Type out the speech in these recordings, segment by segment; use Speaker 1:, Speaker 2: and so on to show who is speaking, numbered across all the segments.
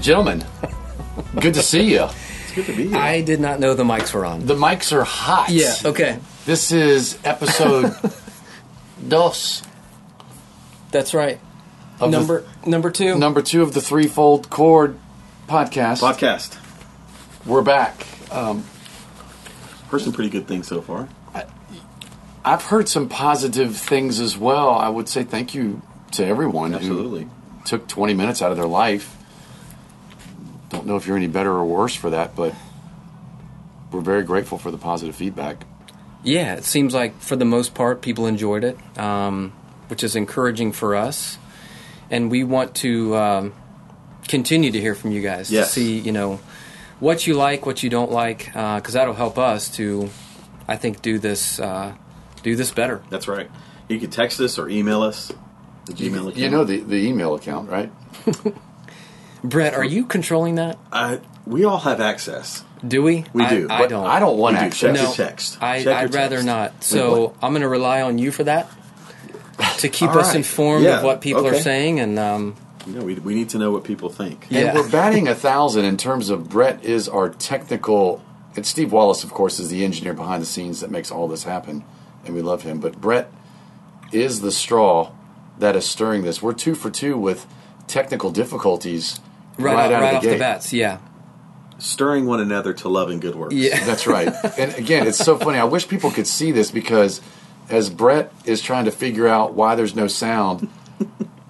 Speaker 1: gentlemen, good to see you.
Speaker 2: It's good to be here.
Speaker 3: I did not know the mics were on.
Speaker 1: The mics are hot.
Speaker 3: Yeah. Okay.
Speaker 1: This is episode dos
Speaker 3: That's right.
Speaker 1: of the-
Speaker 3: number number two.
Speaker 1: number two of the threefold chord podcast.
Speaker 2: Podcast.
Speaker 1: We're back. Um,
Speaker 2: Heard some pretty good things so far.
Speaker 3: Mm-hmm.
Speaker 1: I've heard some positive things as well. I would say thank you to everyone
Speaker 2: Absolutely.
Speaker 1: who took 20 minutes out of their life. Don't know if you're any better or worse for that, but we're very grateful for the positive feedback.
Speaker 3: Yeah, it seems like for the most part people enjoyed it, um, which is encouraging for us, and we want to um, continue to hear from you guys
Speaker 2: Yes.
Speaker 3: to see you know what you like, what you don't like, because that'll help us to, I think, do this uh, do this better.
Speaker 2: That's right. You can text us or email us. The Gmail account.
Speaker 1: You know the, the email account, right?
Speaker 3: Brett, are you controlling that?
Speaker 2: I, Uh, we all have access.
Speaker 3: Do we?
Speaker 2: We
Speaker 3: I-
Speaker 2: do,
Speaker 3: I
Speaker 2: but
Speaker 3: don't.
Speaker 1: I don't want
Speaker 2: We do.
Speaker 1: access.
Speaker 2: Check
Speaker 3: no,
Speaker 2: your text.
Speaker 3: I,
Speaker 2: Check your
Speaker 3: I'd rather
Speaker 2: text.
Speaker 3: not. So I'm going to rely on you for that to keep
Speaker 2: All
Speaker 3: us
Speaker 2: right.
Speaker 3: informed
Speaker 2: Yeah,
Speaker 3: of what people are
Speaker 2: okay.
Speaker 3: saying. And um,
Speaker 2: You know, we, we need to know what people think.
Speaker 3: Yeah.
Speaker 1: And we're batting a thousand in terms of Brett is our technical, and Steve Wallace, of course, is the engineer behind the scenes that makes all this happen, and we love him. But Brett is the straw that is stirring this. We're two for two with technical difficulties
Speaker 3: right,
Speaker 1: right, out,
Speaker 3: right
Speaker 1: of the
Speaker 3: off
Speaker 1: gate.
Speaker 3: the bats, yeah,
Speaker 2: Stirring one another to love and good works.
Speaker 3: yeah.
Speaker 1: That's right. and again, it's so funny. I wish people could see this because as Brett is trying to figure out why there's no sound,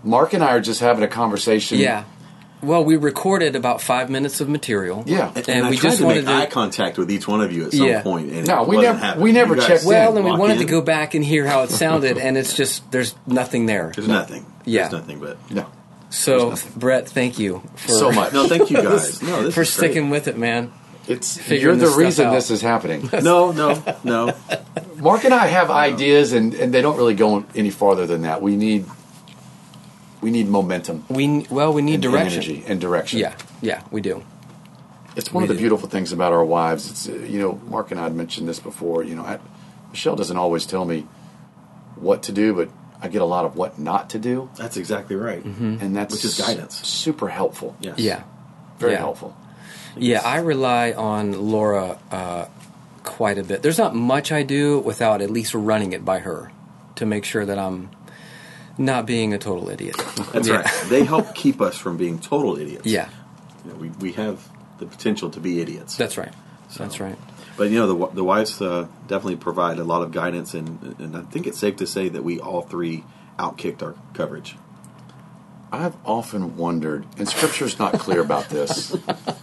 Speaker 1: Mark and I are just having a conversation.
Speaker 3: Yeah. Well, we recorded about five minutes of material.
Speaker 1: Yeah.
Speaker 2: And,
Speaker 3: And
Speaker 2: I
Speaker 3: we
Speaker 2: tried
Speaker 3: just
Speaker 2: to make
Speaker 3: wanted to-
Speaker 2: eye contact with each one of you at some
Speaker 3: Yeah.
Speaker 2: point, and
Speaker 1: No,
Speaker 2: it
Speaker 1: we
Speaker 2: wasn't
Speaker 1: never-
Speaker 2: happening.
Speaker 1: we never
Speaker 2: You guys
Speaker 1: checked
Speaker 3: Well,
Speaker 1: in.
Speaker 3: and we
Speaker 2: walk
Speaker 3: wanted to
Speaker 2: in,
Speaker 3: go back and hear how it sounded, and it's just there's nothing there.
Speaker 2: There's nothing.
Speaker 3: Yeah.
Speaker 2: There's nothing but.
Speaker 1: No.
Speaker 3: So, Brett, thank you for,
Speaker 1: So much.
Speaker 2: No, thank you guys. No, this
Speaker 3: for
Speaker 2: is great.
Speaker 3: sticking with it, man.
Speaker 1: It's you're
Speaker 3: Figuring
Speaker 1: the
Speaker 3: this stuff
Speaker 1: reason
Speaker 3: out.
Speaker 1: this is happening.
Speaker 2: No, no, no.
Speaker 1: Mark and I have ideas, and, and they don't really go any farther than that. We need we need momentum,
Speaker 3: We well, we need
Speaker 1: and
Speaker 3: direction.
Speaker 1: energy, and direction.
Speaker 3: Yeah, yeah, we do.
Speaker 1: it's one
Speaker 3: we
Speaker 1: of the
Speaker 3: do.
Speaker 1: beautiful things about our wives. It's uh, you know, Mark and I had mentioned this before. You know, I, Michelle doesn't always tell me what to do, but I get a lot of what not to do,
Speaker 2: That's exactly right.
Speaker 1: and that's
Speaker 2: Which is guidance.
Speaker 1: super helpful.
Speaker 2: Yes.
Speaker 3: Mm-hmm. Yeah,
Speaker 1: very
Speaker 3: Yeah.
Speaker 1: helpful.
Speaker 3: Yeah, I rely on Laura uh, quite a bit. There's not much I do without at least running it by her to make sure that I'm not being a total idiot.
Speaker 2: That's
Speaker 3: Yeah.
Speaker 2: right. They help keep us from being total idiots.
Speaker 3: Yeah,
Speaker 2: You know, we, we have the potential to be idiots.
Speaker 3: that's right. That's right.
Speaker 2: But you know, the, wi- the wives uh, definitely provide a lot of guidance, and and I think it's safe to say that we all three outkicked our coverage.
Speaker 1: I've often wondered, and scripture's not clear about this,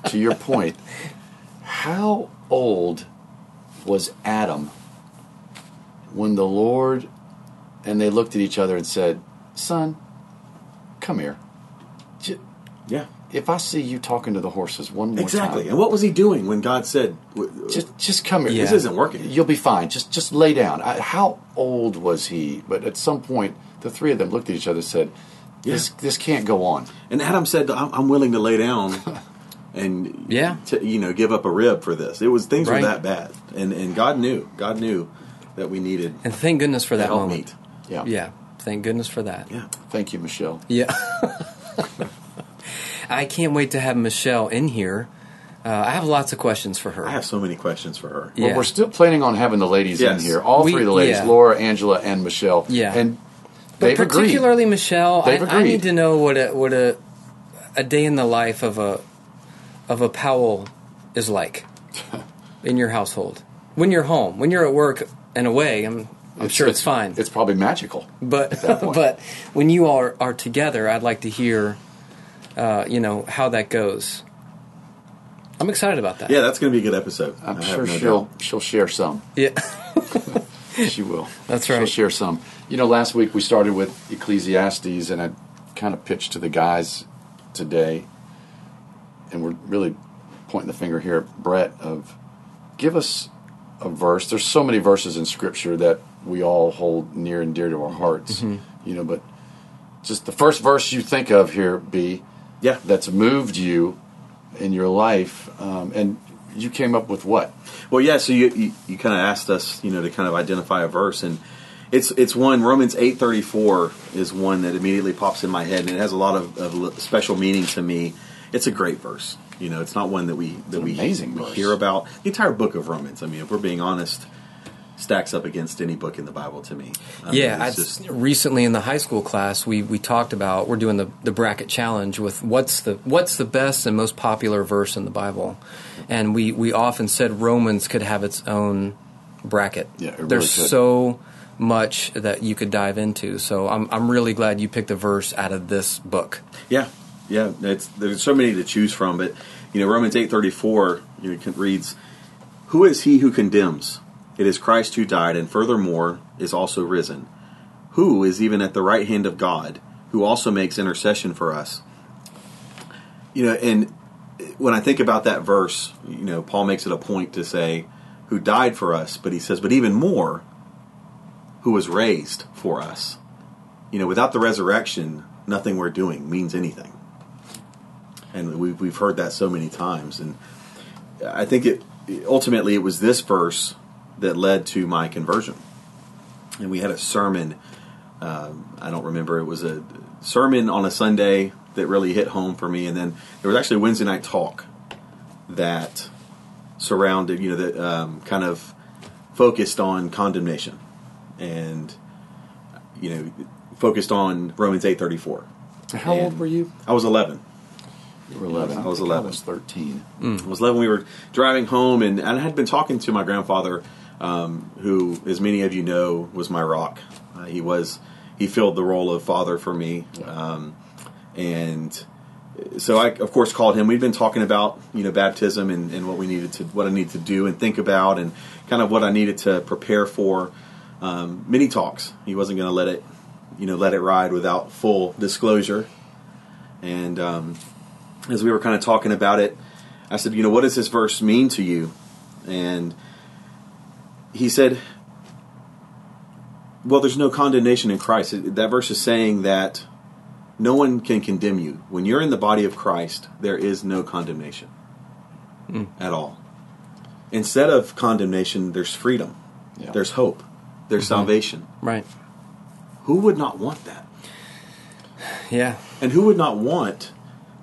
Speaker 1: to your point, how old was Adam when the Lord and they looked at each other and said, Son, come here. J-
Speaker 2: Yeah,
Speaker 1: If I see you talking to the horses one more
Speaker 2: exactly. And
Speaker 1: time,
Speaker 2: what was he doing when God said, w-
Speaker 1: just, just come here.
Speaker 3: Yeah.
Speaker 2: "This isn't working"?
Speaker 1: You'll be fine. Just, just lay down. I, how old was he? But at some point, the three of them looked at each other and said, this,
Speaker 2: Yeah.
Speaker 1: this can't go on.
Speaker 2: And Adam said, "I'm, I'm willing to lay down." And
Speaker 3: Yeah.
Speaker 2: t- you know, give up a rib for this. It was things
Speaker 3: Right.
Speaker 2: were that bad, and and God knew, God knew that we needed
Speaker 3: And thank goodness for that
Speaker 2: help
Speaker 3: moment.
Speaker 2: meet.
Speaker 1: Yeah.
Speaker 3: Yeah, thank goodness for that.
Speaker 2: Yeah,
Speaker 1: Thank you, Michelle.
Speaker 3: Yeah. I can't wait to have Michelle in here. Uh, I have lots of questions for her.
Speaker 2: I have so many questions for her.
Speaker 3: Yeah.
Speaker 1: But we're still planning on having the ladies
Speaker 2: Yes.
Speaker 1: in here. All
Speaker 3: We-
Speaker 1: three of the ladies,
Speaker 3: yeah.
Speaker 1: Laura, Angela, and Michelle.
Speaker 3: Yeah.
Speaker 1: And
Speaker 3: But
Speaker 1: they've agreed.
Speaker 3: particularly Michelle, I,
Speaker 1: They've
Speaker 3: I
Speaker 1: agreed.
Speaker 3: need to know what a what a a day in the life of a of a Powell is like in your household. When you're home, when you're at work and away, I'm I'm sure it's, fine.
Speaker 1: It's probably magical.
Speaker 3: but
Speaker 1: that point.
Speaker 3: but when you are are together, I'd like to hear uh, you know how that goes. I'm excited about that.
Speaker 2: Yeah, that's going to be a good episode.
Speaker 1: I'm
Speaker 2: I have
Speaker 1: sure
Speaker 2: no
Speaker 1: she'll
Speaker 2: doubt.
Speaker 1: she'll share some.
Speaker 3: Yeah.
Speaker 1: She will.
Speaker 3: That's
Speaker 1: She'll
Speaker 3: right.
Speaker 1: share some. You know, last week we started with Ecclesiastes, and I kind of pitched to the guys today, and we're really pointing the finger here at Brett of give us a verse. There's so many verses in Scripture that we all hold near and dear to our hearts,
Speaker 3: Mm-hmm.
Speaker 1: you know, but just the first verse you think of here, B,
Speaker 2: Yeah,
Speaker 1: that's moved you in your life, um, and you came up with what?
Speaker 2: Well, yeah. So you you, you kind of asked us, you know, to kind of identify a verse, and it's it's one Romans eight thirty four is one that immediately pops in my head, and it has a lot of, of li- special meaning to me. it's a great verse. You know, it's not one that we that
Speaker 1: an
Speaker 2: we,
Speaker 1: amazing
Speaker 2: we
Speaker 1: verse.
Speaker 2: hear about. The entire book of Romans. I mean, if we're being honest, stacks up against any book in the Bible to me. I mean,
Speaker 3: yeah, I,
Speaker 2: it's just
Speaker 3: recently in the high school class, we, we talked about we're doing the, the bracket challenge with what's the what's the best and most popular verse in the Bible, and we, we often said Romans could have its own bracket.
Speaker 1: Yeah, it really
Speaker 3: there's
Speaker 1: could.
Speaker 3: so much that you could dive into. So I'm I'm really glad you picked a verse out of this book.
Speaker 2: yeah, yeah. It's there's so many to choose from, but you know, Romans eight thirty four you know, it reads, "Who is he who condemns? It is Christ who died, and furthermore is also risen, who is even at the right hand of God, who also makes intercession for us." You know, and when I think about that verse, you know, Paul makes it a point to say, "Who died for us?" But he says, "But even more, who was raised for us." You know, without the resurrection, nothing we're doing means anything. And we've we've heard that so many times, and I think it ultimately it was this verse that led to my conversion. And we had a sermon. Um, I don't remember. It was a sermon on a Sunday that really hit home for me. And then there was actually a Wednesday night talk that surrounded, you know, that um, kind of focused on condemnation and you know focused on Romans eight thirty four.
Speaker 1: How old were you?
Speaker 2: I was eleven.
Speaker 1: You were 11.
Speaker 2: I was
Speaker 1: think
Speaker 2: 11.
Speaker 1: I was 13.
Speaker 2: I was 11. We were driving home, and, and I had been talking to my grandfather, um, who, as many of you know, was my rock. Uh, he was he filled the role of father for me, um, and so I, of course, called him. We'd been talking about you know baptism and, and what we needed to what I needed to do and think about, and kind of what I needed to prepare for. Um, many talks. He wasn't going to let it you know let it ride without full disclosure, and. Um, as we were kind of talking about it, I said, you know, what does this verse mean to you? And he said, well, there's no condemnation in Christ. It- That verse is saying that no one can condemn you. When you're in the body of Christ, there is no condemnation at all. Instead of condemnation, there's freedom,
Speaker 1: Yeah.
Speaker 2: there's hope, there's salvation.
Speaker 3: Right.
Speaker 2: Who would not want that?
Speaker 3: Yeah.
Speaker 2: And who would not want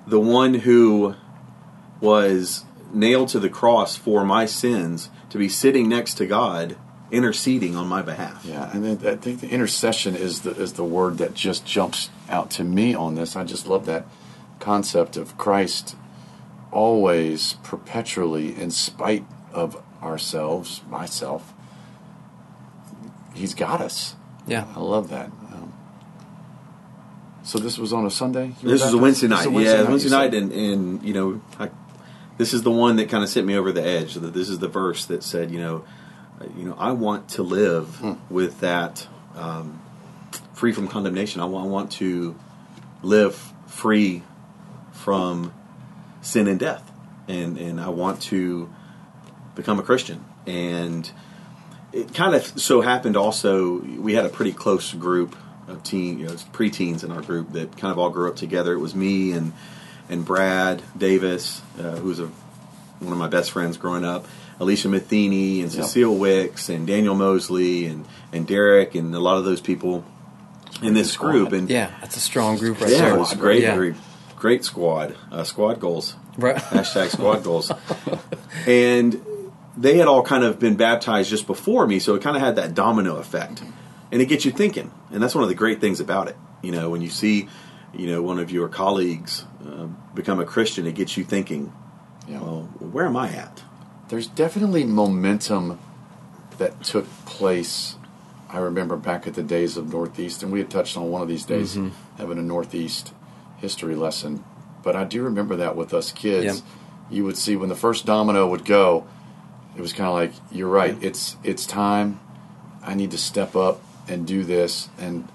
Speaker 2: the one who was nailed to the cross for my sins to be sitting next to God interceding on my behalf?
Speaker 1: Yeah, and then I think the intercession is the is the word that just jumps out to me on this. I just love that concept of Christ always, perpetually, in spite of ourselves, myself. He's got us.
Speaker 3: Yeah.
Speaker 1: I love that. Um, so this was on a Sunday. You were
Speaker 2: This was a
Speaker 1: baptized?
Speaker 2: Wednesday
Speaker 1: This is a
Speaker 2: night. yeah, it was
Speaker 1: you
Speaker 2: Wednesday night,
Speaker 1: said.
Speaker 2: and, and you know, I, this is the one that kind of sent me over the edge. That this is the verse that said, you know, uh, you know, I want to live
Speaker 1: Hmm.
Speaker 2: with that, um, free from condemnation. I want, I want to live free from sin and death, and and I want to become a Christian. And it kind of so happened also we had a pretty close group of teen you know preteens in our group that kind of all grew up together it was me and and brad davis uh, who's a, one of my best friends growing up alicia matheny and
Speaker 1: Yeah.
Speaker 2: cecile wicks and daniel mosley and and derek and a lot of those people in this
Speaker 1: squad.
Speaker 2: group and
Speaker 3: Yeah. That's a strong group right
Speaker 2: yeah,
Speaker 3: there.
Speaker 2: it was a great
Speaker 3: Yeah.
Speaker 2: group great squad uh, squad goals
Speaker 3: Right.
Speaker 2: hashtag squad goals and they had all kind of been baptized just before me so it kind of had that domino effect and it gets you thinking and that's one of the great things about it you know when you see you know one of your colleagues uh, become a christian it gets you thinking
Speaker 1: Yeah.
Speaker 2: well where am i at
Speaker 1: there's definitely momentum that took place. I remember back at the days of Northeast, and we had touched on one of these days having a Northeast history lesson. But I do remember that with us kids, you would see when the first domino would go, it was kind of like, "You're right. It's it's time. I need to step up and do this." And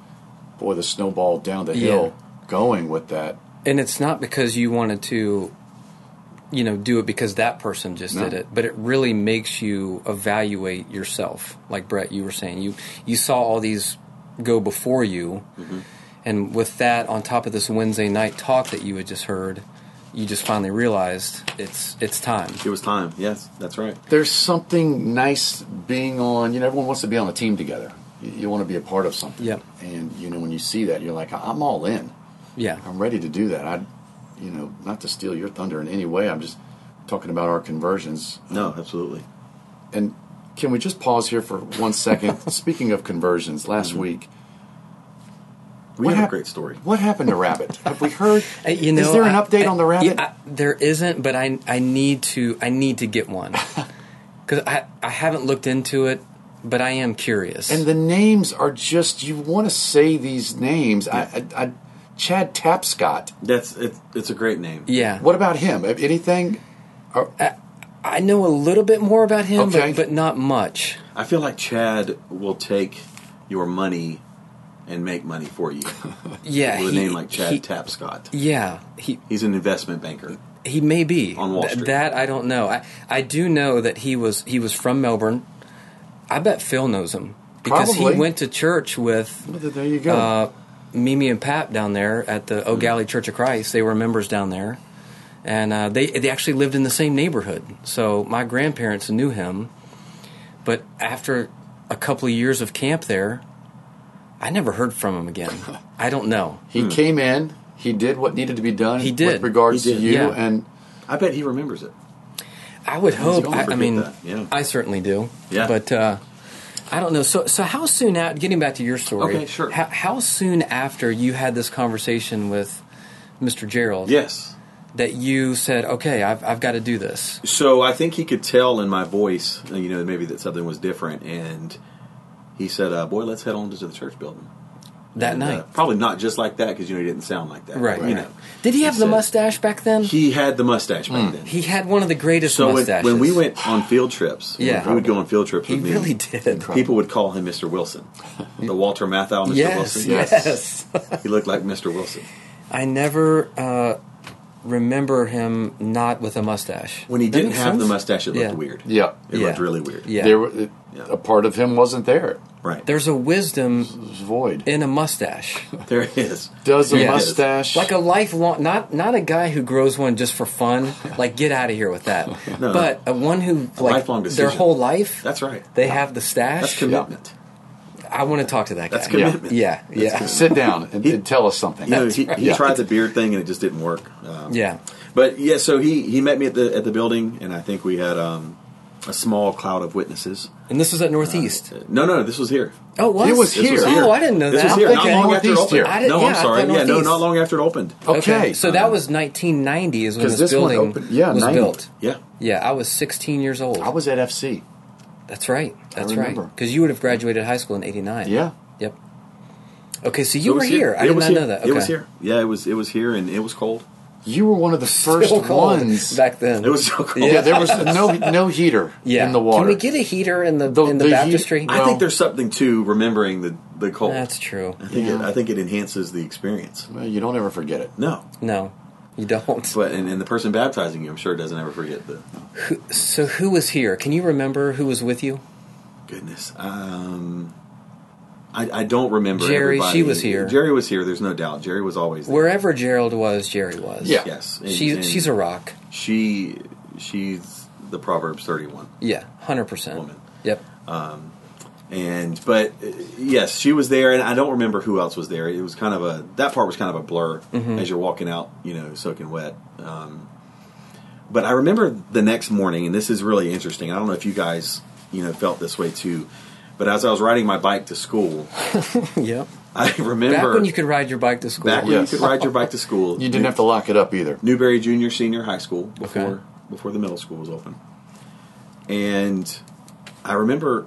Speaker 1: boy, the snowball down the
Speaker 3: Yeah.
Speaker 1: hill, going with that.
Speaker 3: And it's not because you wanted to, you know, do it because that person just
Speaker 1: No.
Speaker 3: did it, but it really makes you evaluate yourself. Like Brett, you were saying, you you saw all these go before you, and with that on top of this Wednesday night talk that you had just heard, you just finally realized it's it's time.
Speaker 2: it was time yes that's right
Speaker 1: there's something nice being on. You know, everyone wants to be on a team together. You, you want to be a part of something.
Speaker 3: Yep.
Speaker 1: And you know, when you see that, you're like, I'm all in.
Speaker 3: Yeah,
Speaker 1: I'm ready to do that. I you know, not to steal your thunder in any way. I'm just talking about our conversions.
Speaker 2: No, absolutely.
Speaker 1: And can we just pause here for one second? Speaking of conversions, last
Speaker 3: Mm-hmm.
Speaker 1: week.
Speaker 2: We
Speaker 1: what
Speaker 2: have
Speaker 1: hap-
Speaker 2: a great story.
Speaker 1: What happened to Rabbit? Have we heard?
Speaker 3: Uh, you know,
Speaker 1: is there an
Speaker 3: I-
Speaker 1: update
Speaker 3: I-
Speaker 1: on the Rabbit?
Speaker 3: Yeah, I- there isn't, but I I need to I need to get one because I I haven't looked into it, but I am curious.
Speaker 1: And the names are just, you want to say these names. I, I, I, Chad Tapscott.
Speaker 2: That's it, it's a great name.
Speaker 3: yeah,
Speaker 1: What about him? Anything?
Speaker 3: I know a little bit more about him,
Speaker 1: Okay.
Speaker 3: but, but not much.
Speaker 2: I feel like Chad will take your money and make money for you
Speaker 3: Yeah,
Speaker 2: with a
Speaker 3: he-
Speaker 2: name like Chad
Speaker 3: he-
Speaker 2: Tapscott.
Speaker 3: Yeah, he
Speaker 2: He's an investment banker.
Speaker 3: he may be
Speaker 2: On Wall
Speaker 3: Th-
Speaker 2: Street.
Speaker 3: that I don't know. I I do know that he was he was from Melbourne. I bet Phil knows him because
Speaker 1: Probably.
Speaker 3: he went to church with
Speaker 1: Well, there you go.
Speaker 3: uh, Mimi and Pap down there at the O'Galley
Speaker 2: Mm-hmm.
Speaker 3: Church of Christ. They were members down there, and uh, they they actually lived in the same neighborhood. So my grandparents knew him, but after a couple of years of camp there, I never heard from him again. I don't know.
Speaker 1: he came in. He did what needed to be done.
Speaker 3: hmm. He did.
Speaker 1: With regards
Speaker 2: He did.
Speaker 1: to you.
Speaker 3: Yeah.
Speaker 1: And
Speaker 2: I bet he remembers it.
Speaker 3: I would hope.
Speaker 2: gonna
Speaker 3: I, I
Speaker 2: forget
Speaker 3: mean,
Speaker 2: that, yeah.
Speaker 3: I certainly do.
Speaker 2: Yeah.
Speaker 3: But uh, I don't know. So, so how soon out? Getting back to your story.
Speaker 2: Okay, sure.
Speaker 3: How, how soon after you had this conversation with Mr. Gerald?
Speaker 2: Yes.
Speaker 3: That you said, okay, I've, I've got to do this.
Speaker 2: So I think he could tell in my voice, uh, you know, maybe that something was different. And he said, uh, "Boy, let's head on to the church building
Speaker 3: That
Speaker 2: And, uh,
Speaker 3: night.
Speaker 2: probably not just like that because you know he didn't sound like that,
Speaker 3: right.
Speaker 2: You know,
Speaker 3: Did he have the
Speaker 2: said-
Speaker 3: mustache back then? He,
Speaker 2: he had the mustache back then.
Speaker 3: Hmm. had one of the greatest
Speaker 2: so when,
Speaker 3: mustaches.
Speaker 2: when we went on field trips,
Speaker 3: Yeah.
Speaker 2: we would go on field trips
Speaker 3: he
Speaker 2: with me.
Speaker 3: really did.
Speaker 2: People would call him Mr. Wilson, the Walter Matthau Mr.
Speaker 3: Yes,
Speaker 2: Wilson.
Speaker 1: Yes.
Speaker 3: yes.
Speaker 2: he looked like Mr. Wilson.
Speaker 3: I never uh, remember him not with a mustache.
Speaker 2: When he
Speaker 3: That
Speaker 2: didn't
Speaker 3: makes
Speaker 2: have the
Speaker 3: sense?
Speaker 2: mustache, it looked
Speaker 3: Yeah.
Speaker 2: weird.
Speaker 1: yeah,
Speaker 2: it
Speaker 3: Yeah.
Speaker 2: looked really weird.
Speaker 3: Yeah.
Speaker 1: there were-
Speaker 2: Yeah.
Speaker 1: a part of him wasn't there.
Speaker 2: right. There,
Speaker 3: There's a wisdom
Speaker 1: It was void.
Speaker 3: in a mustache.
Speaker 2: there it is.
Speaker 1: Does a
Speaker 3: Yeah.
Speaker 1: mustache?
Speaker 3: Like a lifelong, not not a guy who grows one just for fun. Like get out of here with that.
Speaker 2: No.
Speaker 3: but a one who like
Speaker 2: lifelong
Speaker 3: their
Speaker 2: decision.
Speaker 3: whole life
Speaker 2: That's right.
Speaker 3: they have the
Speaker 2: That's
Speaker 3: stash.
Speaker 2: commitment.
Speaker 3: I want to talk to that guy.
Speaker 2: That's commitment.
Speaker 3: Yeah, yeah,
Speaker 1: Sit down and, and tell us something.
Speaker 2: You know, he, he
Speaker 1: Yeah.
Speaker 2: tried the beard thing and it just didn't work. Um,
Speaker 3: yeah.
Speaker 2: But yeah, so he, he met me at the at the building, and I think we had um, a small cloud of witnesses.
Speaker 3: And this is at Northeast.
Speaker 2: Uh, No, no, this was here.
Speaker 3: oh, what?
Speaker 1: it was
Speaker 2: This was
Speaker 1: Here.
Speaker 2: here.
Speaker 3: Oh, I didn't know
Speaker 2: this
Speaker 3: that.
Speaker 2: was here.
Speaker 1: Okay.
Speaker 2: Not long after it
Speaker 1: Northeast
Speaker 2: opened.
Speaker 1: here. Oh.
Speaker 3: I didn't-
Speaker 2: no,
Speaker 3: yeah, I
Speaker 2: I'm sorry.
Speaker 3: thought
Speaker 2: Yeah, no,
Speaker 3: Northeast.
Speaker 2: not long after it opened.
Speaker 1: okay.
Speaker 3: So that was 1990 is when
Speaker 1: 'Cause
Speaker 3: this,
Speaker 1: this one
Speaker 3: building
Speaker 1: opened- yeah,
Speaker 3: was
Speaker 1: 90.
Speaker 3: built.
Speaker 2: Yeah,
Speaker 3: Yeah, I was 16 years old.
Speaker 1: I was at FC.
Speaker 3: That's right. That's right.
Speaker 1: remember.
Speaker 3: Because you would have graduated high school in '89.
Speaker 1: Yeah.
Speaker 3: Yep. Okay, so
Speaker 2: It
Speaker 3: you were
Speaker 2: was
Speaker 3: here. I
Speaker 2: It
Speaker 3: did
Speaker 2: was
Speaker 3: not
Speaker 2: here.
Speaker 3: know that.
Speaker 2: It was
Speaker 3: Okay.
Speaker 2: here. Yeah, it was it was here, and it was cold.
Speaker 1: You were one of the first
Speaker 3: Still cold
Speaker 1: ones.
Speaker 3: back then.
Speaker 2: It was so cold.
Speaker 1: yeah, there was no no heater
Speaker 3: yeah.
Speaker 1: in the water.
Speaker 3: Can we get a heater in the,
Speaker 1: The-
Speaker 3: in the,
Speaker 1: the heat-
Speaker 3: baptistry?
Speaker 2: I think there's something to remembering the the cold.
Speaker 3: That's true.
Speaker 2: I think it,
Speaker 1: Yeah.
Speaker 2: I think it enhances the experience.
Speaker 1: Well, Uh, you don't ever forget it.
Speaker 2: No,
Speaker 3: No, you don't.
Speaker 2: but and, and the person baptizing you, I'm sure, doesn't ever forget the
Speaker 3: So who was here? Can you remember who was with you?
Speaker 2: goodness. Um, I, I don't remember.
Speaker 3: Jerry, she
Speaker 2: everybody.
Speaker 3: was here.
Speaker 2: Jerry was here. There's no doubt. Jerry was always there.
Speaker 3: Wherever Gerald was, Jerry was.
Speaker 1: Yeah.
Speaker 2: Yes, and-
Speaker 3: She,
Speaker 2: and
Speaker 3: she's a rock.
Speaker 2: she she's the Proverbs 31
Speaker 3: Yeah, hundred percent.
Speaker 2: woman.
Speaker 3: Yep.
Speaker 2: and but uh, yes, she was there, and I don't remember who else was there. It was kind of a that part was kind of a blur
Speaker 3: Mm-hmm.
Speaker 2: as you're walking out, you know, soaking wet. Um, but I remember the next morning, and this is really interesting. I don't know if you guys, you know, felt this way too, but as I was riding my bike to school,
Speaker 3: yep.
Speaker 2: I remember
Speaker 3: Back when you could ride your bike to school.
Speaker 2: back when
Speaker 1: Yes.
Speaker 2: you could ride your bike to school,
Speaker 1: You didn't have to lock it up either.
Speaker 2: Newberry Junior Senior High School before
Speaker 3: Okay.
Speaker 2: before the middle school was open. And I remember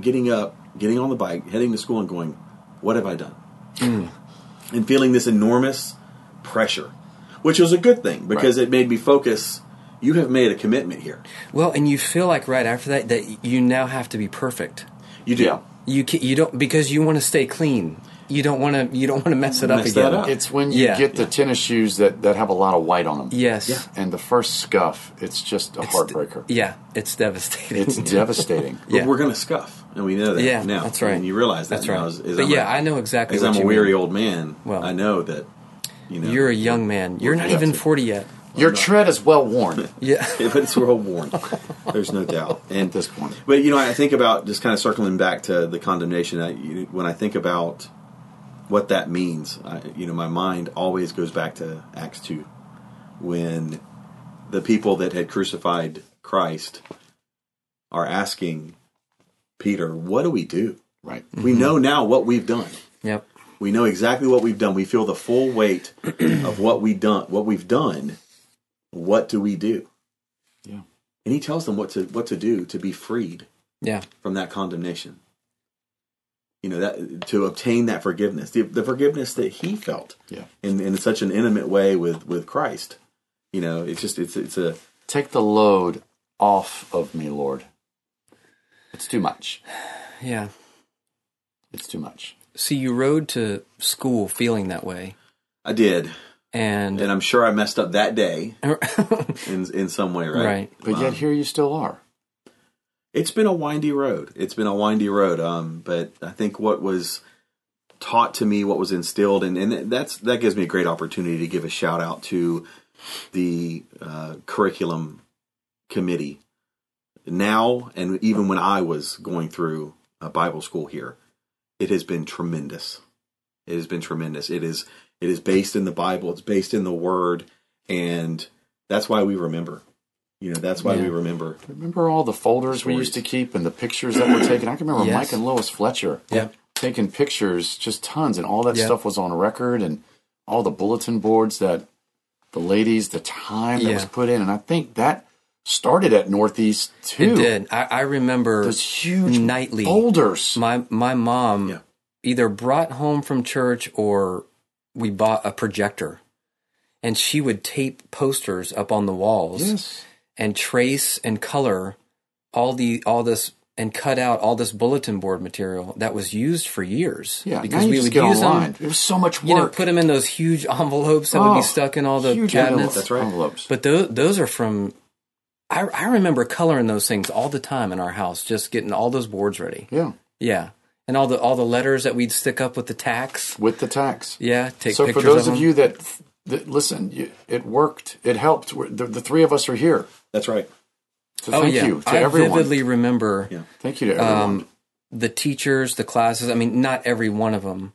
Speaker 2: getting up, getting on the bike, heading to school and going, What have I done?
Speaker 3: Hmm.
Speaker 2: And feeling this enormous pressure. Which was a good thing because
Speaker 1: Right.
Speaker 2: it made me focus. You have made a commitment here.
Speaker 3: Well, and you feel like right after that that you now have to be perfect.
Speaker 2: You do.
Speaker 1: Yeah.
Speaker 3: You ca you don't because you want to stay clean. You don't want to you don't want to mess it up
Speaker 2: Mess
Speaker 3: again.
Speaker 2: that up.
Speaker 1: It's when you
Speaker 3: Yeah.
Speaker 1: get the tennis shoes that, that have a lot of white on them.
Speaker 3: Yes.
Speaker 2: Yeah.
Speaker 1: And the first scuff, it's just a heartbreaker.
Speaker 3: Yeah, it's devastating.
Speaker 1: It's devastating.
Speaker 2: But
Speaker 3: Yeah.
Speaker 2: we're going to scuff, and we know that
Speaker 3: Yeah,
Speaker 2: now.
Speaker 3: that's right.
Speaker 2: And you realize that
Speaker 3: That's
Speaker 2: now
Speaker 3: right.
Speaker 2: As, as
Speaker 3: But
Speaker 2: I'm
Speaker 3: yeah,
Speaker 2: a-
Speaker 3: I know exactly
Speaker 2: As
Speaker 3: what
Speaker 2: I'm a
Speaker 3: you
Speaker 2: weary
Speaker 3: mean.
Speaker 2: old man,
Speaker 3: Well-
Speaker 2: I know that. You know,
Speaker 3: You're a young man. You're not
Speaker 1: Yeah.
Speaker 3: even 40 yet.
Speaker 1: Your tread is well worn.
Speaker 3: Yeah.
Speaker 2: if it's world worn, there's no doubt. And
Speaker 1: At this point.
Speaker 2: but you know, I think about just kind of circling back to the condemnation. I, you, when I think about what that means, I, you know, my mind always goes back to Acts two when the people that had crucified Christ are asking Peter, What do we do?
Speaker 1: Right.
Speaker 2: We know now what we've done.
Speaker 3: Yep.
Speaker 2: We know exactly what we've done. We feel the full weight of what we done what we've done. What do we do?
Speaker 1: Yeah.
Speaker 2: And he tells them what to what to do to be freed
Speaker 3: Yeah.
Speaker 2: from that condemnation. You know, that to obtain that forgiveness. The, the forgiveness that he felt
Speaker 1: Yeah.
Speaker 2: in, in such an intimate way with, with Christ. You know, it's just it's it's a
Speaker 1: Take the load off of me, Lord. It's too much.
Speaker 3: Yeah.
Speaker 1: It's too much.
Speaker 3: See, you rode to school feeling that way,
Speaker 2: I did.
Speaker 3: and
Speaker 2: And I'm sure I messed up that day in in some way, right?
Speaker 3: Right.
Speaker 1: But yet here you still are.
Speaker 2: it's been a windy road. It's been a windy road. Um, but I think what was taught to me, what was instilled, and, and that's that gives me a great opportunity to give a shout out to the uh, curriculum committee now, and even when I was going through a Bible school here, it has been tremendous. It has been tremendous. It is it is based in the Bible. It's based in the Word, and that's why we remember. You know, that's why we
Speaker 3: Yeah.
Speaker 2: remember.
Speaker 1: Remember all the folders we used to keep and the pictures that were taken? I can remember
Speaker 3: Yes.
Speaker 1: Mike and Lois Fletcher
Speaker 3: Yeah.
Speaker 1: taking pictures, just tons, and all that
Speaker 3: Yeah.
Speaker 1: stuff was on record and all the bulletin boards that the ladies, the time that was
Speaker 3: Yeah.
Speaker 1: put in. And I think that started at Northeast too.
Speaker 3: it did. I, I remember
Speaker 1: Those huge
Speaker 3: nightly.
Speaker 1: boulders.
Speaker 3: my my mom
Speaker 2: Yeah.
Speaker 3: either brought home from church or we bought a projector, and she would tape posters up on the walls
Speaker 1: Yes.
Speaker 3: and trace and color all the all this and cut out all this bulletin board material that was used for years.
Speaker 1: Yeah. Because now we
Speaker 3: we
Speaker 1: just get online. It
Speaker 3: them,
Speaker 1: was so much work.
Speaker 3: you know, put them in those huge envelopes that would
Speaker 1: Oh,
Speaker 3: be stuck in all the
Speaker 1: huge
Speaker 3: cabinets.
Speaker 1: envelopes.
Speaker 2: That's right.
Speaker 1: Envelopes.
Speaker 3: But those those are from. I I remember coloring those things all the time in our house, just getting all those boards ready.
Speaker 1: yeah.
Speaker 3: Yeah, and all the all the letters that we'd stick up with the tacks.
Speaker 1: With the tax.
Speaker 3: Yeah, take
Speaker 1: so for
Speaker 3: pictures
Speaker 1: those of
Speaker 3: of, them.
Speaker 1: you that, that listen, you, it worked. It helped. We're, the, the three of us are here.
Speaker 2: That's right.
Speaker 1: So
Speaker 3: Oh
Speaker 1: thank
Speaker 3: yeah,
Speaker 1: you to
Speaker 3: I
Speaker 1: everyone.
Speaker 3: vividly remember
Speaker 2: Yeah.
Speaker 1: Thank you to everyone.
Speaker 3: um, the teachers, the classes. I mean, not every one of them,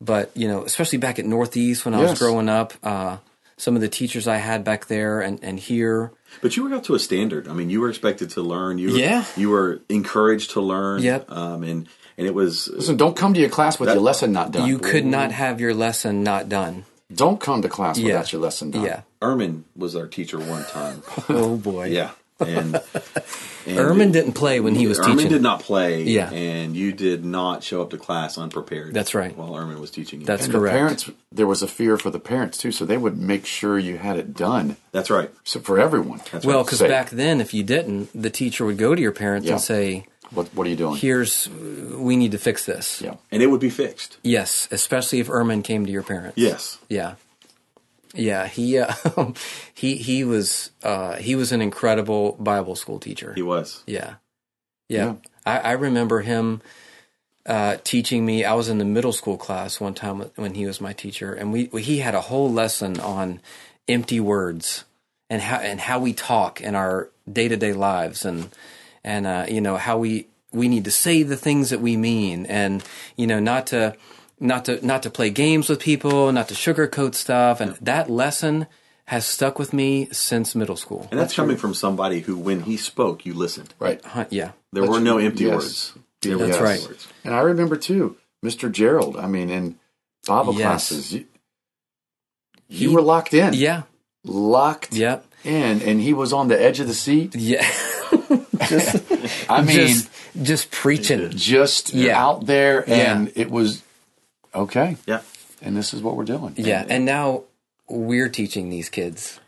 Speaker 3: but you know, especially back at Northeast when I
Speaker 1: Yes.
Speaker 3: was growing up, uh, some of the teachers I had back there and and here.
Speaker 2: But you were got to a standard. I mean, you were expected to learn. You were,
Speaker 3: Yeah.
Speaker 2: You were encouraged to learn.
Speaker 3: Yep.
Speaker 2: Um, and and it was
Speaker 1: Listen, don't come to your class with your lesson not done.
Speaker 3: You could not have your lesson not done.
Speaker 1: don't come to class
Speaker 3: Yeah.
Speaker 1: without your lesson done.
Speaker 3: Yeah.
Speaker 2: Ermin was our teacher one time.
Speaker 3: Oh boy.
Speaker 2: yeah. And, and
Speaker 3: Ehrman didn't play when he was
Speaker 2: Ehrman
Speaker 3: teaching.
Speaker 2: did not play.
Speaker 3: Yeah.
Speaker 2: And you did not show up to class unprepared.
Speaker 3: That's right.
Speaker 2: While Ermin was teaching you.
Speaker 3: That's
Speaker 1: And
Speaker 3: correct.
Speaker 1: the parents, there was a fear for the parents too, so they would make sure you had it done.
Speaker 2: That's right.
Speaker 1: So for everyone,
Speaker 3: well, because
Speaker 1: Say,
Speaker 3: back then, if you didn't, the teacher would go to your parents
Speaker 1: Yeah.
Speaker 3: and say,
Speaker 1: what, what are you doing?
Speaker 3: "Here's, we need to fix this."
Speaker 1: Yeah.
Speaker 2: And it would be fixed.
Speaker 3: Yes, especially if Ehrman came to your parents.
Speaker 2: Yes.
Speaker 3: Yeah. Yeah, he uh, he he was uh, he was an incredible Bible school teacher.
Speaker 2: He was.
Speaker 3: Yeah. Yeah.
Speaker 1: Yeah.
Speaker 3: I, I remember him uh, teaching me. I was in the middle school class one time when he was my teacher, and we, we he had a whole lesson on empty words and how and how we talk in our day to day lives, and and uh, you know how we we need to say the things that we mean, and you know not to not to not to play games with people, not to sugarcoat stuff, and that lesson has stuck with me since middle school.
Speaker 2: And that's, coming from somebody who, when he spoke, you listened.
Speaker 1: Right.
Speaker 3: Huh, yeah.
Speaker 2: There
Speaker 1: That's-
Speaker 2: were no empty
Speaker 1: yes.
Speaker 2: words. There were
Speaker 3: That's
Speaker 2: no
Speaker 3: right.
Speaker 2: empty words.
Speaker 1: And I remember too, Mr. Gerald. I mean, in Bible
Speaker 3: Yes.
Speaker 1: classes, you, you were locked in.
Speaker 3: Yeah.
Speaker 1: Locked
Speaker 3: Yep.
Speaker 1: in, and he was on the edge of the seat.
Speaker 3: Yeah. just,
Speaker 1: I mean,
Speaker 3: just,
Speaker 1: just,
Speaker 3: just preaching. Yeah.
Speaker 1: out there,
Speaker 3: Yeah.
Speaker 1: and it was okay.
Speaker 2: Yeah.
Speaker 1: And this is what we're doing.
Speaker 3: Yeah. And now we're teaching these kids,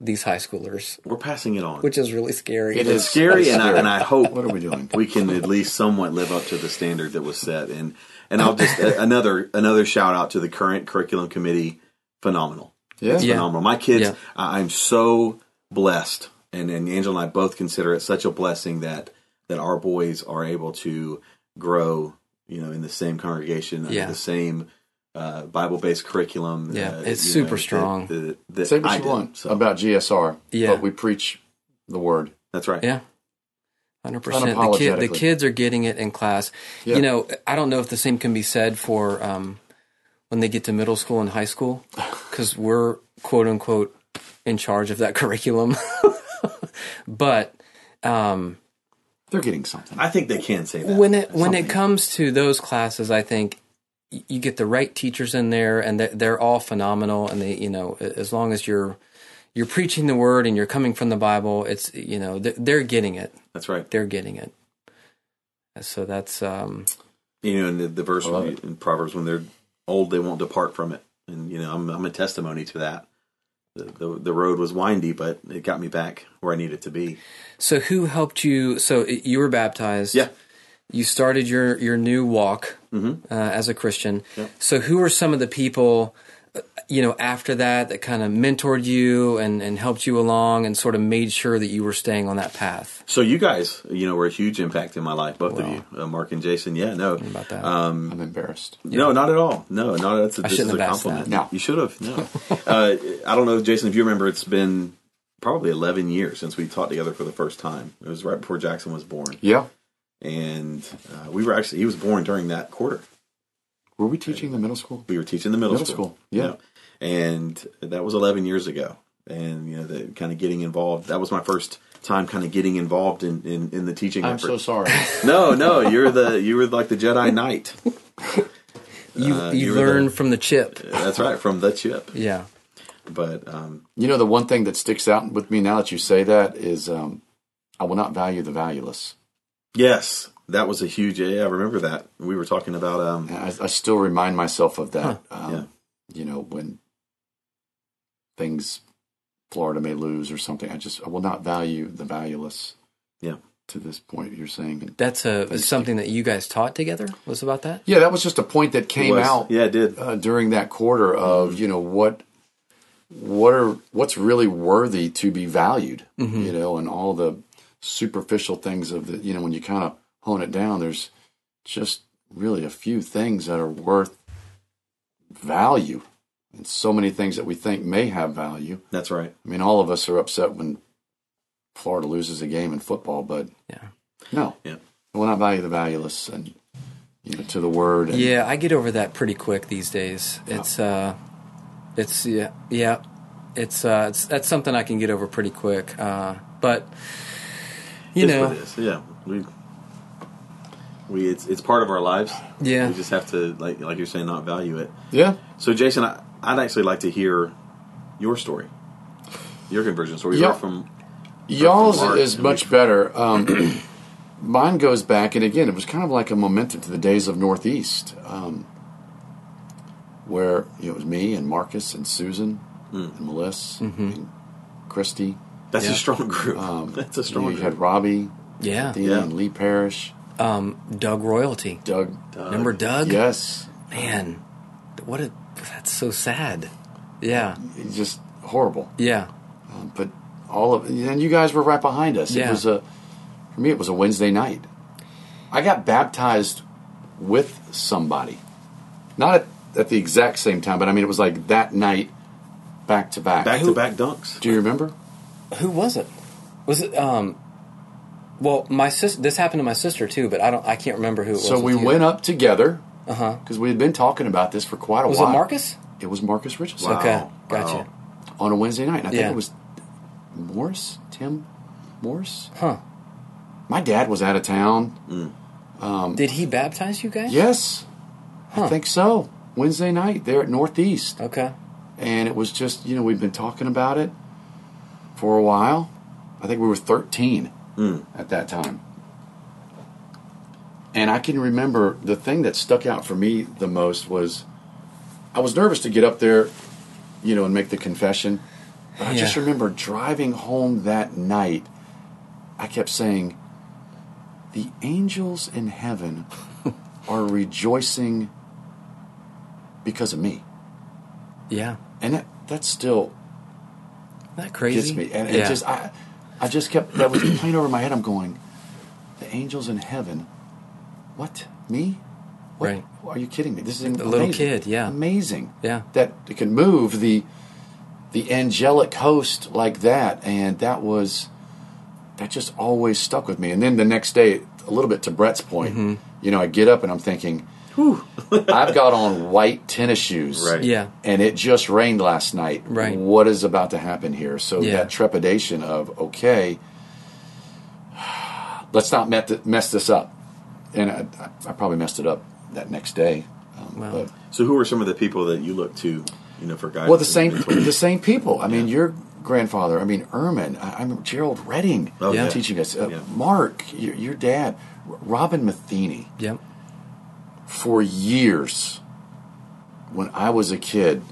Speaker 3: these high schoolers,
Speaker 2: We're passing it on.
Speaker 3: which is really scary.
Speaker 1: It
Speaker 2: It's
Speaker 1: is
Speaker 2: scary, and, I,
Speaker 1: scary.
Speaker 2: and I hope
Speaker 1: What are we doing?
Speaker 2: we can at least somewhat live up to the standard that was set. And and I'll just a- another another shout out to the current curriculum committee. Phenomenal,
Speaker 1: Yeah.
Speaker 3: Yeah.
Speaker 2: phenomenal. My kids,
Speaker 3: Yeah.
Speaker 2: I, I'm so blessed, and and Angela and I both consider it such a blessing that that our boys are able to grow, you know, in the same congregation, under
Speaker 3: Yeah.
Speaker 2: the same uh, Bible based curriculum.
Speaker 3: Yeah,
Speaker 2: uh,
Speaker 3: it's
Speaker 2: you
Speaker 3: super
Speaker 2: that-
Speaker 3: strong.
Speaker 2: That, that
Speaker 1: Say what
Speaker 2: I
Speaker 1: you
Speaker 2: did.
Speaker 1: want
Speaker 2: So,
Speaker 1: about GSR,
Speaker 3: Yeah.
Speaker 1: but we preach the word.
Speaker 2: that's right.
Speaker 3: Yeah. 100%. The, kid, the
Speaker 1: Unapologetically.
Speaker 3: kids are getting it in class.
Speaker 1: Yeah.
Speaker 3: You know, I don't know if the same can be said for um, when they get to middle school and high school, because we're quote unquote in charge of that curriculum. but um,
Speaker 1: They're getting something.
Speaker 2: I think they can say that.
Speaker 3: when it when
Speaker 1: something.
Speaker 3: it comes to those classes, I think y- you get the right teachers in there, and they're, they're all phenomenal. And they, you know, a- as long as you're you're preaching the word and you're coming from the Bible, it's you know they're, they're getting it.
Speaker 2: That's right.
Speaker 3: They're getting it. So that's um,
Speaker 2: You know, and the, the verse
Speaker 1: I love
Speaker 2: when- in Proverbs when they're old, they won't depart from it. And you know, I'm I'm a testimony to that. The, the the road was windy, but it got me back where I needed to be.
Speaker 3: so. Who helped you? So i- you were baptized.
Speaker 2: Yeah.
Speaker 3: You started your your new walk
Speaker 2: Mm-hmm.
Speaker 3: uh, as a Christian. So who are some of the people? uh, You know, after that, that kind of mentored you and, and helped you along and sort of made sure that you were staying on that path.
Speaker 2: So you guys, you know, were a huge impact in my life, both of you, uh, Mark and Jason. Yeah, no,
Speaker 3: About that,
Speaker 2: Uh,
Speaker 1: I'm embarrassed.
Speaker 2: No, not at all. No, not that's a, this
Speaker 3: shouldn't
Speaker 2: is a
Speaker 3: have asked
Speaker 2: compliment.
Speaker 1: that. No.
Speaker 2: you should have. No, uh, I don't know, Jason. If you remember, it's been probably 11 years since we taught together for the first time. It was right before Jackson was born,
Speaker 1: Yeah.
Speaker 2: and uh, we were actually he was born during that quarter.
Speaker 1: Were we teaching the middle school?
Speaker 2: We were teaching the middle,
Speaker 1: Middle school, yeah.
Speaker 2: and that was 11 years ago. And you know, the kind of getting involved. That was my first time, kind of getting involved in in, in the teaching.
Speaker 1: I'm
Speaker 2: effort.
Speaker 1: so sorry.
Speaker 2: No, no, you're the you were like the Jedi Knight.
Speaker 3: you you,
Speaker 2: uh, you were
Speaker 3: learn
Speaker 2: the-
Speaker 3: from the chip.
Speaker 2: That's right, from the chip.
Speaker 3: Yeah,
Speaker 2: But um,
Speaker 1: you know, the one thing that sticks out with me now that you say that is um, I will not value the valueless.
Speaker 2: Yes, that was a huge. Yeah, I remember that. We were talking about. um
Speaker 1: And I, I still remind myself of that. um,
Speaker 2: Yeah.
Speaker 1: You know, when things Florida may lose or something, I just I will not value the valueless.
Speaker 2: Yeah,
Speaker 1: To this point, you're saying, and
Speaker 3: that's a is something that you guys taught together. Was about that.
Speaker 1: yeah, that was just a point that
Speaker 2: It
Speaker 1: came
Speaker 2: was-
Speaker 1: out
Speaker 2: Yeah, it did.
Speaker 1: uh, during that quarter of you know what what are what's really worthy to be valued you know and all the superficial things of the you know when you kind of hone it down there's just really a few things that are worth value and so many things that we think may have value
Speaker 2: That's right.
Speaker 1: i mean all of us are upset when florida loses a game in football but
Speaker 3: Yeah,
Speaker 2: Mm-hmm.
Speaker 1: no
Speaker 2: Yeah.
Speaker 1: we'll not value the valueless and you know to the word and
Speaker 3: yeah. I get over that pretty quick these days. It's uh, it's yeah, yeah. It's uh, it's that's something I can get over pretty quick. Uh, but you
Speaker 2: It's
Speaker 3: know,
Speaker 2: what it is. Yeah, we we it's it's part of our lives.
Speaker 3: Yeah.
Speaker 2: we just have to like like you're saying, not value it.
Speaker 1: yeah
Speaker 2: So, Jason, I, I'd actually like to hear your story, your conversion story.
Speaker 1: Yeah.
Speaker 2: You're from
Speaker 1: Y'all's
Speaker 2: Mark
Speaker 1: is
Speaker 2: and
Speaker 1: much better. Um, mine goes back, and again, it was kind of like a momentum to the days of Northeast, um, where you know, it was me and Marcus and Susan
Speaker 2: Hmm.
Speaker 1: and Melissa and Christy.
Speaker 2: that's
Speaker 3: Yeah. Um,
Speaker 2: a strong group. that's a strong
Speaker 1: You
Speaker 2: group.
Speaker 1: had Robbie,
Speaker 3: yeah.
Speaker 1: Dean,
Speaker 2: Yeah.
Speaker 1: and Lee Parrish,
Speaker 3: Um, Doug royalty.
Speaker 1: Doug.
Speaker 3: Remember Doug?
Speaker 1: Yes,
Speaker 3: Man, what a that's so sad. Yeah,
Speaker 1: it's just horrible.
Speaker 3: yeah.
Speaker 1: Um, but all of and you guys were right behind us. It
Speaker 3: Yeah.
Speaker 1: was a for me, it was a Wednesday night. I got baptized with somebody, not at, at the exact same time, but I mean it was like that night, back to back.
Speaker 2: back to back dunks.
Speaker 1: Do you remember?
Speaker 3: Who was it? Was it um? Well, my sis. This happened to my sister too, but I don't. I can't remember who it was.
Speaker 1: So we
Speaker 3: with you.
Speaker 1: went up together
Speaker 3: Uh huh.
Speaker 1: because we had been talking about this for quite a
Speaker 3: Was
Speaker 1: while.
Speaker 3: it Marcus?
Speaker 1: It was Marcus Richardson
Speaker 2: Wow.
Speaker 3: Okay,
Speaker 2: wow.
Speaker 3: gotcha.
Speaker 1: on a Wednesday night. And I
Speaker 3: Yeah.
Speaker 1: think it was Morse, Tim Morse.
Speaker 3: Huh?
Speaker 1: My dad was out of town.
Speaker 2: Mm.
Speaker 1: Um,
Speaker 3: Did he baptize you guys?
Speaker 1: Yes,
Speaker 3: Huh.
Speaker 1: I think so. Wednesday night there at Northeast.
Speaker 3: Okay.
Speaker 1: and it was just you know we've been talking about it for a while i think we were 13 at that time and i can remember the thing that stuck out for me the most was i was nervous to get up there you know and make the confession but i just
Speaker 3: Yeah.
Speaker 1: remember driving home that night i kept saying the angels in heaven are rejoicing because of me
Speaker 3: Yeah.
Speaker 1: and that, that's still
Speaker 3: Isn't that
Speaker 1: gets
Speaker 3: crazy?
Speaker 1: me. And
Speaker 3: yeah.
Speaker 1: it just I I just kept that was playing over my head. I'm going, the angels in heaven. What? Me? What?
Speaker 3: Right.
Speaker 1: Are you kidding me? This is amazing.
Speaker 3: little kid, yeah.
Speaker 1: Amazing.
Speaker 3: Yeah.
Speaker 1: That it can move the the angelic host like that. And that was that just
Speaker 3: Mm-hmm.
Speaker 1: always stuck with me. And then the next day, a little bit to Brett's point, you know, I get up and I'm thinking, I've got on white tennis shoes.
Speaker 2: Right.
Speaker 3: Yeah.
Speaker 1: And it just rained last night.
Speaker 3: Right.
Speaker 1: What is about to happen here? So
Speaker 3: Yeah.
Speaker 1: that trepidation of, okay, let's not met mess this up. And I, I probably messed it up that next day. Um,
Speaker 3: Wow.
Speaker 1: but-
Speaker 2: So who are some of the people that you look to, you know, for guidance?
Speaker 1: well, the same
Speaker 2: and mentoring?
Speaker 1: the same people. I mean, your grandfather. I mean, Ehrman. I, I remember Gerald Redding
Speaker 2: Oh,
Speaker 3: Yeah. yeah.
Speaker 1: teaching us. Uh,
Speaker 2: Yeah.
Speaker 1: Mark, your, your dad, R- Robin Matheny.
Speaker 3: Yep.
Speaker 1: For years, when I was a kid,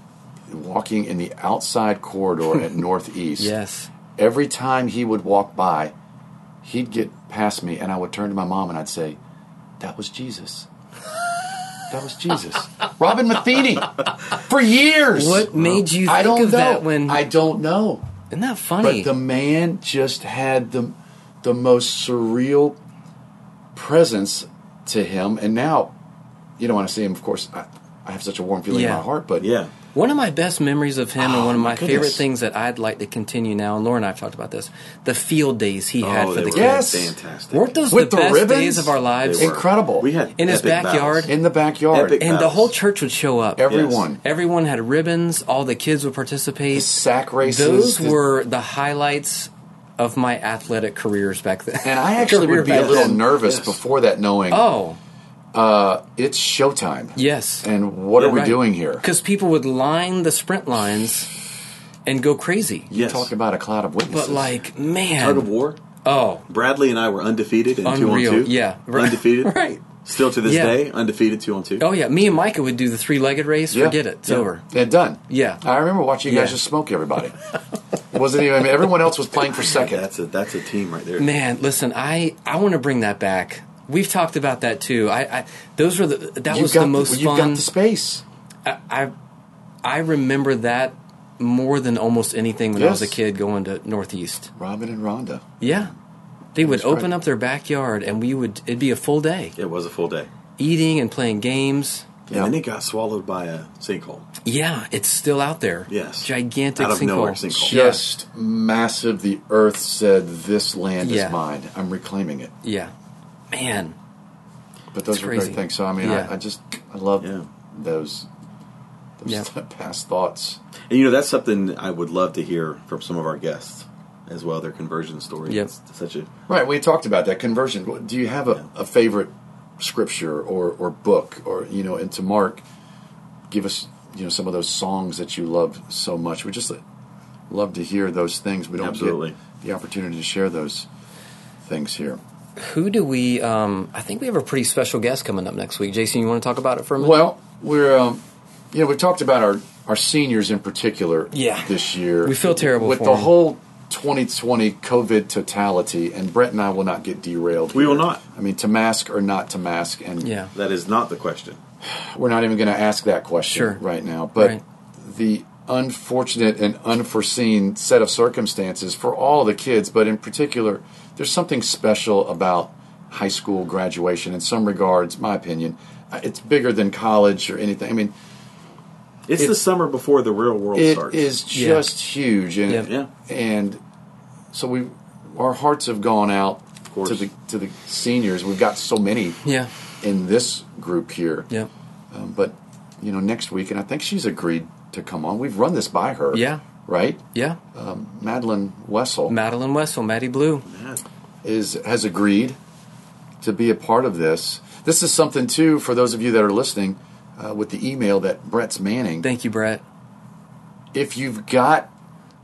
Speaker 1: walking in the outside corridor at Northeast,
Speaker 3: Yes.
Speaker 1: every time he would walk by, he'd get past me, and I would turn to my mom and I'd say, "That was Jesus." That was Jesus. Robin Matheny for years.
Speaker 3: What made you think
Speaker 1: I don't
Speaker 3: of
Speaker 1: know.
Speaker 3: that when?
Speaker 1: I don't know.
Speaker 3: isn't that
Speaker 1: But
Speaker 3: funny?
Speaker 1: the man just had the the most surreal presence to him, and now, you know, when I see him, of course, I, I have such a warm feeling in
Speaker 3: Yeah.
Speaker 1: my heart. But
Speaker 2: Yeah.
Speaker 3: One of my best memories of him, and one of
Speaker 1: Oh, my
Speaker 3: my favorite
Speaker 1: goodness.
Speaker 3: things that I'd like to continue now, and Laura and I have talked about this, the field days he had
Speaker 2: oh, they
Speaker 3: for the
Speaker 2: were
Speaker 3: kids.
Speaker 1: Yes.
Speaker 2: fantastic.
Speaker 3: Weren't those
Speaker 1: With
Speaker 3: the,
Speaker 1: the
Speaker 3: best
Speaker 1: ribbons?
Speaker 3: days of our
Speaker 2: They
Speaker 3: lives?
Speaker 2: were.
Speaker 1: incredible.
Speaker 2: We had
Speaker 3: In his
Speaker 2: epic battles.
Speaker 3: backyard.
Speaker 1: in the backyard,
Speaker 2: Epic.
Speaker 3: and the
Speaker 2: battles.
Speaker 3: whole church would show up.
Speaker 1: everyone,
Speaker 3: Everyone had ribbons. All the kids would participate.
Speaker 1: sack races,
Speaker 3: Those
Speaker 1: the-
Speaker 3: were the highlights of my athletic careers back then.
Speaker 1: and I actually would be a
Speaker 3: Career
Speaker 1: little
Speaker 3: back then.
Speaker 1: nervous
Speaker 2: Yes.
Speaker 1: before that, knowing
Speaker 3: Oh,
Speaker 1: it's showtime.
Speaker 3: yes.
Speaker 1: And what are we
Speaker 3: Right.
Speaker 1: doing here?
Speaker 3: Because people would line the sprint lines and go crazy.
Speaker 2: Yes.
Speaker 1: Talk about a cloud of witnesses.
Speaker 3: But like,
Speaker 2: tug of
Speaker 3: man,
Speaker 2: war.
Speaker 3: oh,
Speaker 2: Bradley and I were undefeated in two on
Speaker 3: Unreal.
Speaker 2: two.
Speaker 3: Yeah. Right.
Speaker 2: Undefeated.
Speaker 3: Right.
Speaker 2: Still to this
Speaker 3: Yeah.
Speaker 2: day, undefeated two on two.
Speaker 3: oh yeah, me and Micah would do the three-legged race.
Speaker 1: Yeah.
Speaker 3: Forget it, it's
Speaker 2: Yeah.
Speaker 3: over.
Speaker 1: And done.
Speaker 3: Yeah.
Speaker 1: I remember watching you guys
Speaker 3: Yeah.
Speaker 1: just smoke everybody. it wasn't even, I mean, everyone else was playing for second.
Speaker 2: That's a that's a team right there.
Speaker 3: Man, listen, I I want to bring that back. We've talked about that too. I, I those were the that
Speaker 1: You've
Speaker 3: was
Speaker 1: got
Speaker 3: the most
Speaker 1: you've
Speaker 3: fun.
Speaker 1: got the space.
Speaker 3: I I remember that more than almost anything when I was a
Speaker 1: Yes.
Speaker 3: kid going to Northeast.
Speaker 1: Robin and Rhonda.
Speaker 3: Yeah. They would
Speaker 1: That's right.
Speaker 3: open up their backyard and we would it'd be a full day.
Speaker 2: It was a full day.
Speaker 3: Eating and playing games.
Speaker 1: Yeah.
Speaker 2: And then it got swallowed by a sinkhole.
Speaker 3: Yeah, it's still out there.
Speaker 2: Yes.
Speaker 3: Gigantic
Speaker 2: Out of
Speaker 3: sinkhole.
Speaker 2: nowhere sinkhole.
Speaker 3: Yeah.
Speaker 1: Just massive. The earth said, "This land
Speaker 3: Yeah.
Speaker 1: is mine. I'm reclaiming it."
Speaker 3: Yeah. Man.
Speaker 1: But those
Speaker 3: It's
Speaker 1: were
Speaker 3: crazy.
Speaker 1: great things. So I mean,
Speaker 3: Yeah.
Speaker 1: I, I just I love
Speaker 2: Yeah.
Speaker 1: those those
Speaker 3: Yeah.
Speaker 1: past thoughts.
Speaker 2: And you know that's something I would love to hear from some of our guests as well. Their conversion story.
Speaker 3: Yep.
Speaker 2: It's such a
Speaker 1: Right. We talked about that conversion. What- Do you have a,
Speaker 2: Yeah.
Speaker 1: a favorite scripture or or book or you know? And to Mark, give us you know some of those songs that you love so much. We just love to hear those things. We don't
Speaker 2: Absolutely.
Speaker 1: get the opportunity to share those things here.
Speaker 3: Who do we um I think we have a pretty special guest coming up next week. Jason, you want to talk about it for a minute?
Speaker 1: Well, we're um, you know we talked about our our seniors in particular.
Speaker 3: Yeah.
Speaker 1: This year
Speaker 3: We feel terrible
Speaker 1: with
Speaker 3: for
Speaker 1: the
Speaker 3: them.
Speaker 1: whole 2020 COVID totality, and Brett and I will not get derailed.
Speaker 2: We will
Speaker 1: here.
Speaker 2: not.
Speaker 1: I mean, to mask or not to mask, and
Speaker 3: yeah.
Speaker 2: that is not the question.
Speaker 1: we're not even going to ask that question
Speaker 3: Sure.
Speaker 1: right now. But
Speaker 3: Right.
Speaker 1: the unfortunate and unforeseen set of circumstances for all the kids, but in particular, there's something special about high school graduation in some regards, my opinion. Uh, It's bigger than college or anything. I mean,
Speaker 2: It's the summer before the real world
Speaker 1: it
Speaker 2: starts.
Speaker 1: is
Speaker 3: Yeah.
Speaker 1: just huge, and
Speaker 3: Yep.
Speaker 2: Yeah.
Speaker 1: and so we, our hearts have gone out
Speaker 2: course.
Speaker 1: to the to the seniors. We've got so many
Speaker 3: Yeah.
Speaker 1: in this group here,
Speaker 3: Yeah.
Speaker 1: um, but you know next week, and I think she's agreed to come on. We've run this by her,
Speaker 3: Yeah.
Speaker 1: right.
Speaker 3: Yeah.
Speaker 1: Um, Madeline Wessel
Speaker 3: Madeline Wessel, Maddie Blue.
Speaker 2: Yeah.
Speaker 1: is has agreed to be a part of this. This is something too for those of you that are listening uh, with the email that Brett's Manning.
Speaker 3: Thank you, Brett.
Speaker 1: if you've got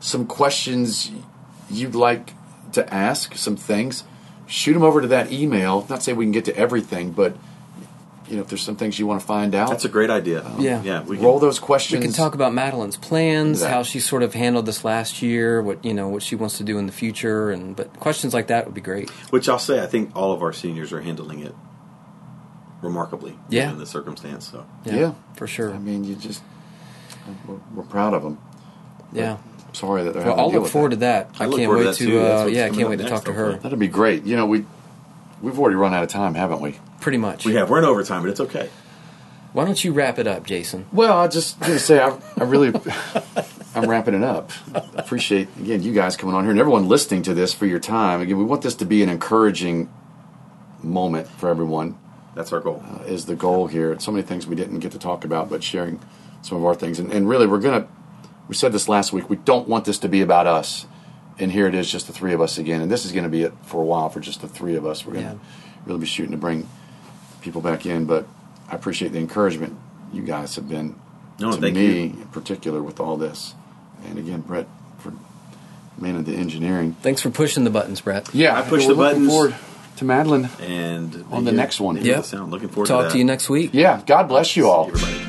Speaker 1: some questions you'd like to ask, some things, shoot them over to that email. Not say we can get to everything, but you know, if there's some things you want to find out,
Speaker 2: That's a great idea.
Speaker 3: Yeah.
Speaker 2: Yeah. We can,
Speaker 1: roll those questions.
Speaker 3: We can talk about Madeline's plans,
Speaker 1: Exactly.
Speaker 3: how she sort of handled this last year, what you know, what she wants to do in the future, and but questions like that would be great.
Speaker 2: Which I'll say, I think all of our seniors are handling it remarkably.
Speaker 3: Yeah.
Speaker 2: In the circumstance, so
Speaker 1: Yeah.
Speaker 3: for sure.
Speaker 1: I mean, you just we're, we're proud of them.
Speaker 3: yeah,
Speaker 1: Sorry that they're
Speaker 3: well,
Speaker 1: having
Speaker 3: I'll
Speaker 1: to deal
Speaker 3: look
Speaker 1: with
Speaker 3: forward
Speaker 1: that.
Speaker 3: to that. I,
Speaker 2: I look
Speaker 3: can't
Speaker 2: forward to
Speaker 3: wait
Speaker 2: that, too.
Speaker 3: to.
Speaker 2: That's
Speaker 3: Uh,
Speaker 2: what's
Speaker 3: yeah, I
Speaker 2: coming
Speaker 3: can't
Speaker 2: up
Speaker 3: wait to
Speaker 2: next,
Speaker 3: talk to her.
Speaker 2: hopefully.
Speaker 1: That'd be great. You know, we we've already run out of time, haven't we?
Speaker 3: Pretty much.
Speaker 2: we have we're in overtime, but it's okay.
Speaker 3: Why don't you wrap it up, Jason?
Speaker 1: Well, I just gonna say I, I really I'm wrapping it up. Appreciate again you guys coming on here and everyone listening to this for your time. Again, we want this to be an encouraging moment for everyone.
Speaker 2: That's our goal.
Speaker 1: is the goal here. So many things we didn't get to talk about, but sharing some of our things. And, and really, we're going to, we said this last week, we don't want this to be about us. And here it is, just the three of us again. And this is going to be it for a while for just the three of us. We're going to really be shooting to bring people back in. But I appreciate the encouragement you guys have been
Speaker 2: No,
Speaker 1: to
Speaker 2: thank
Speaker 1: me in particular with all this. And again, Brett, for man of the engineering.
Speaker 3: Thanks for pushing the buttons, Brett.
Speaker 1: Yeah,
Speaker 2: I pushed
Speaker 1: we're
Speaker 2: the
Speaker 1: looking
Speaker 2: buttons.
Speaker 1: forward to Madeline.
Speaker 2: And
Speaker 1: On the next one.
Speaker 2: yeah,
Speaker 3: Yep.
Speaker 2: sound. Looking forward to
Speaker 3: Talk
Speaker 2: that.
Speaker 3: to you next week.
Speaker 1: Yeah, God bless you all.
Speaker 2: Everybody.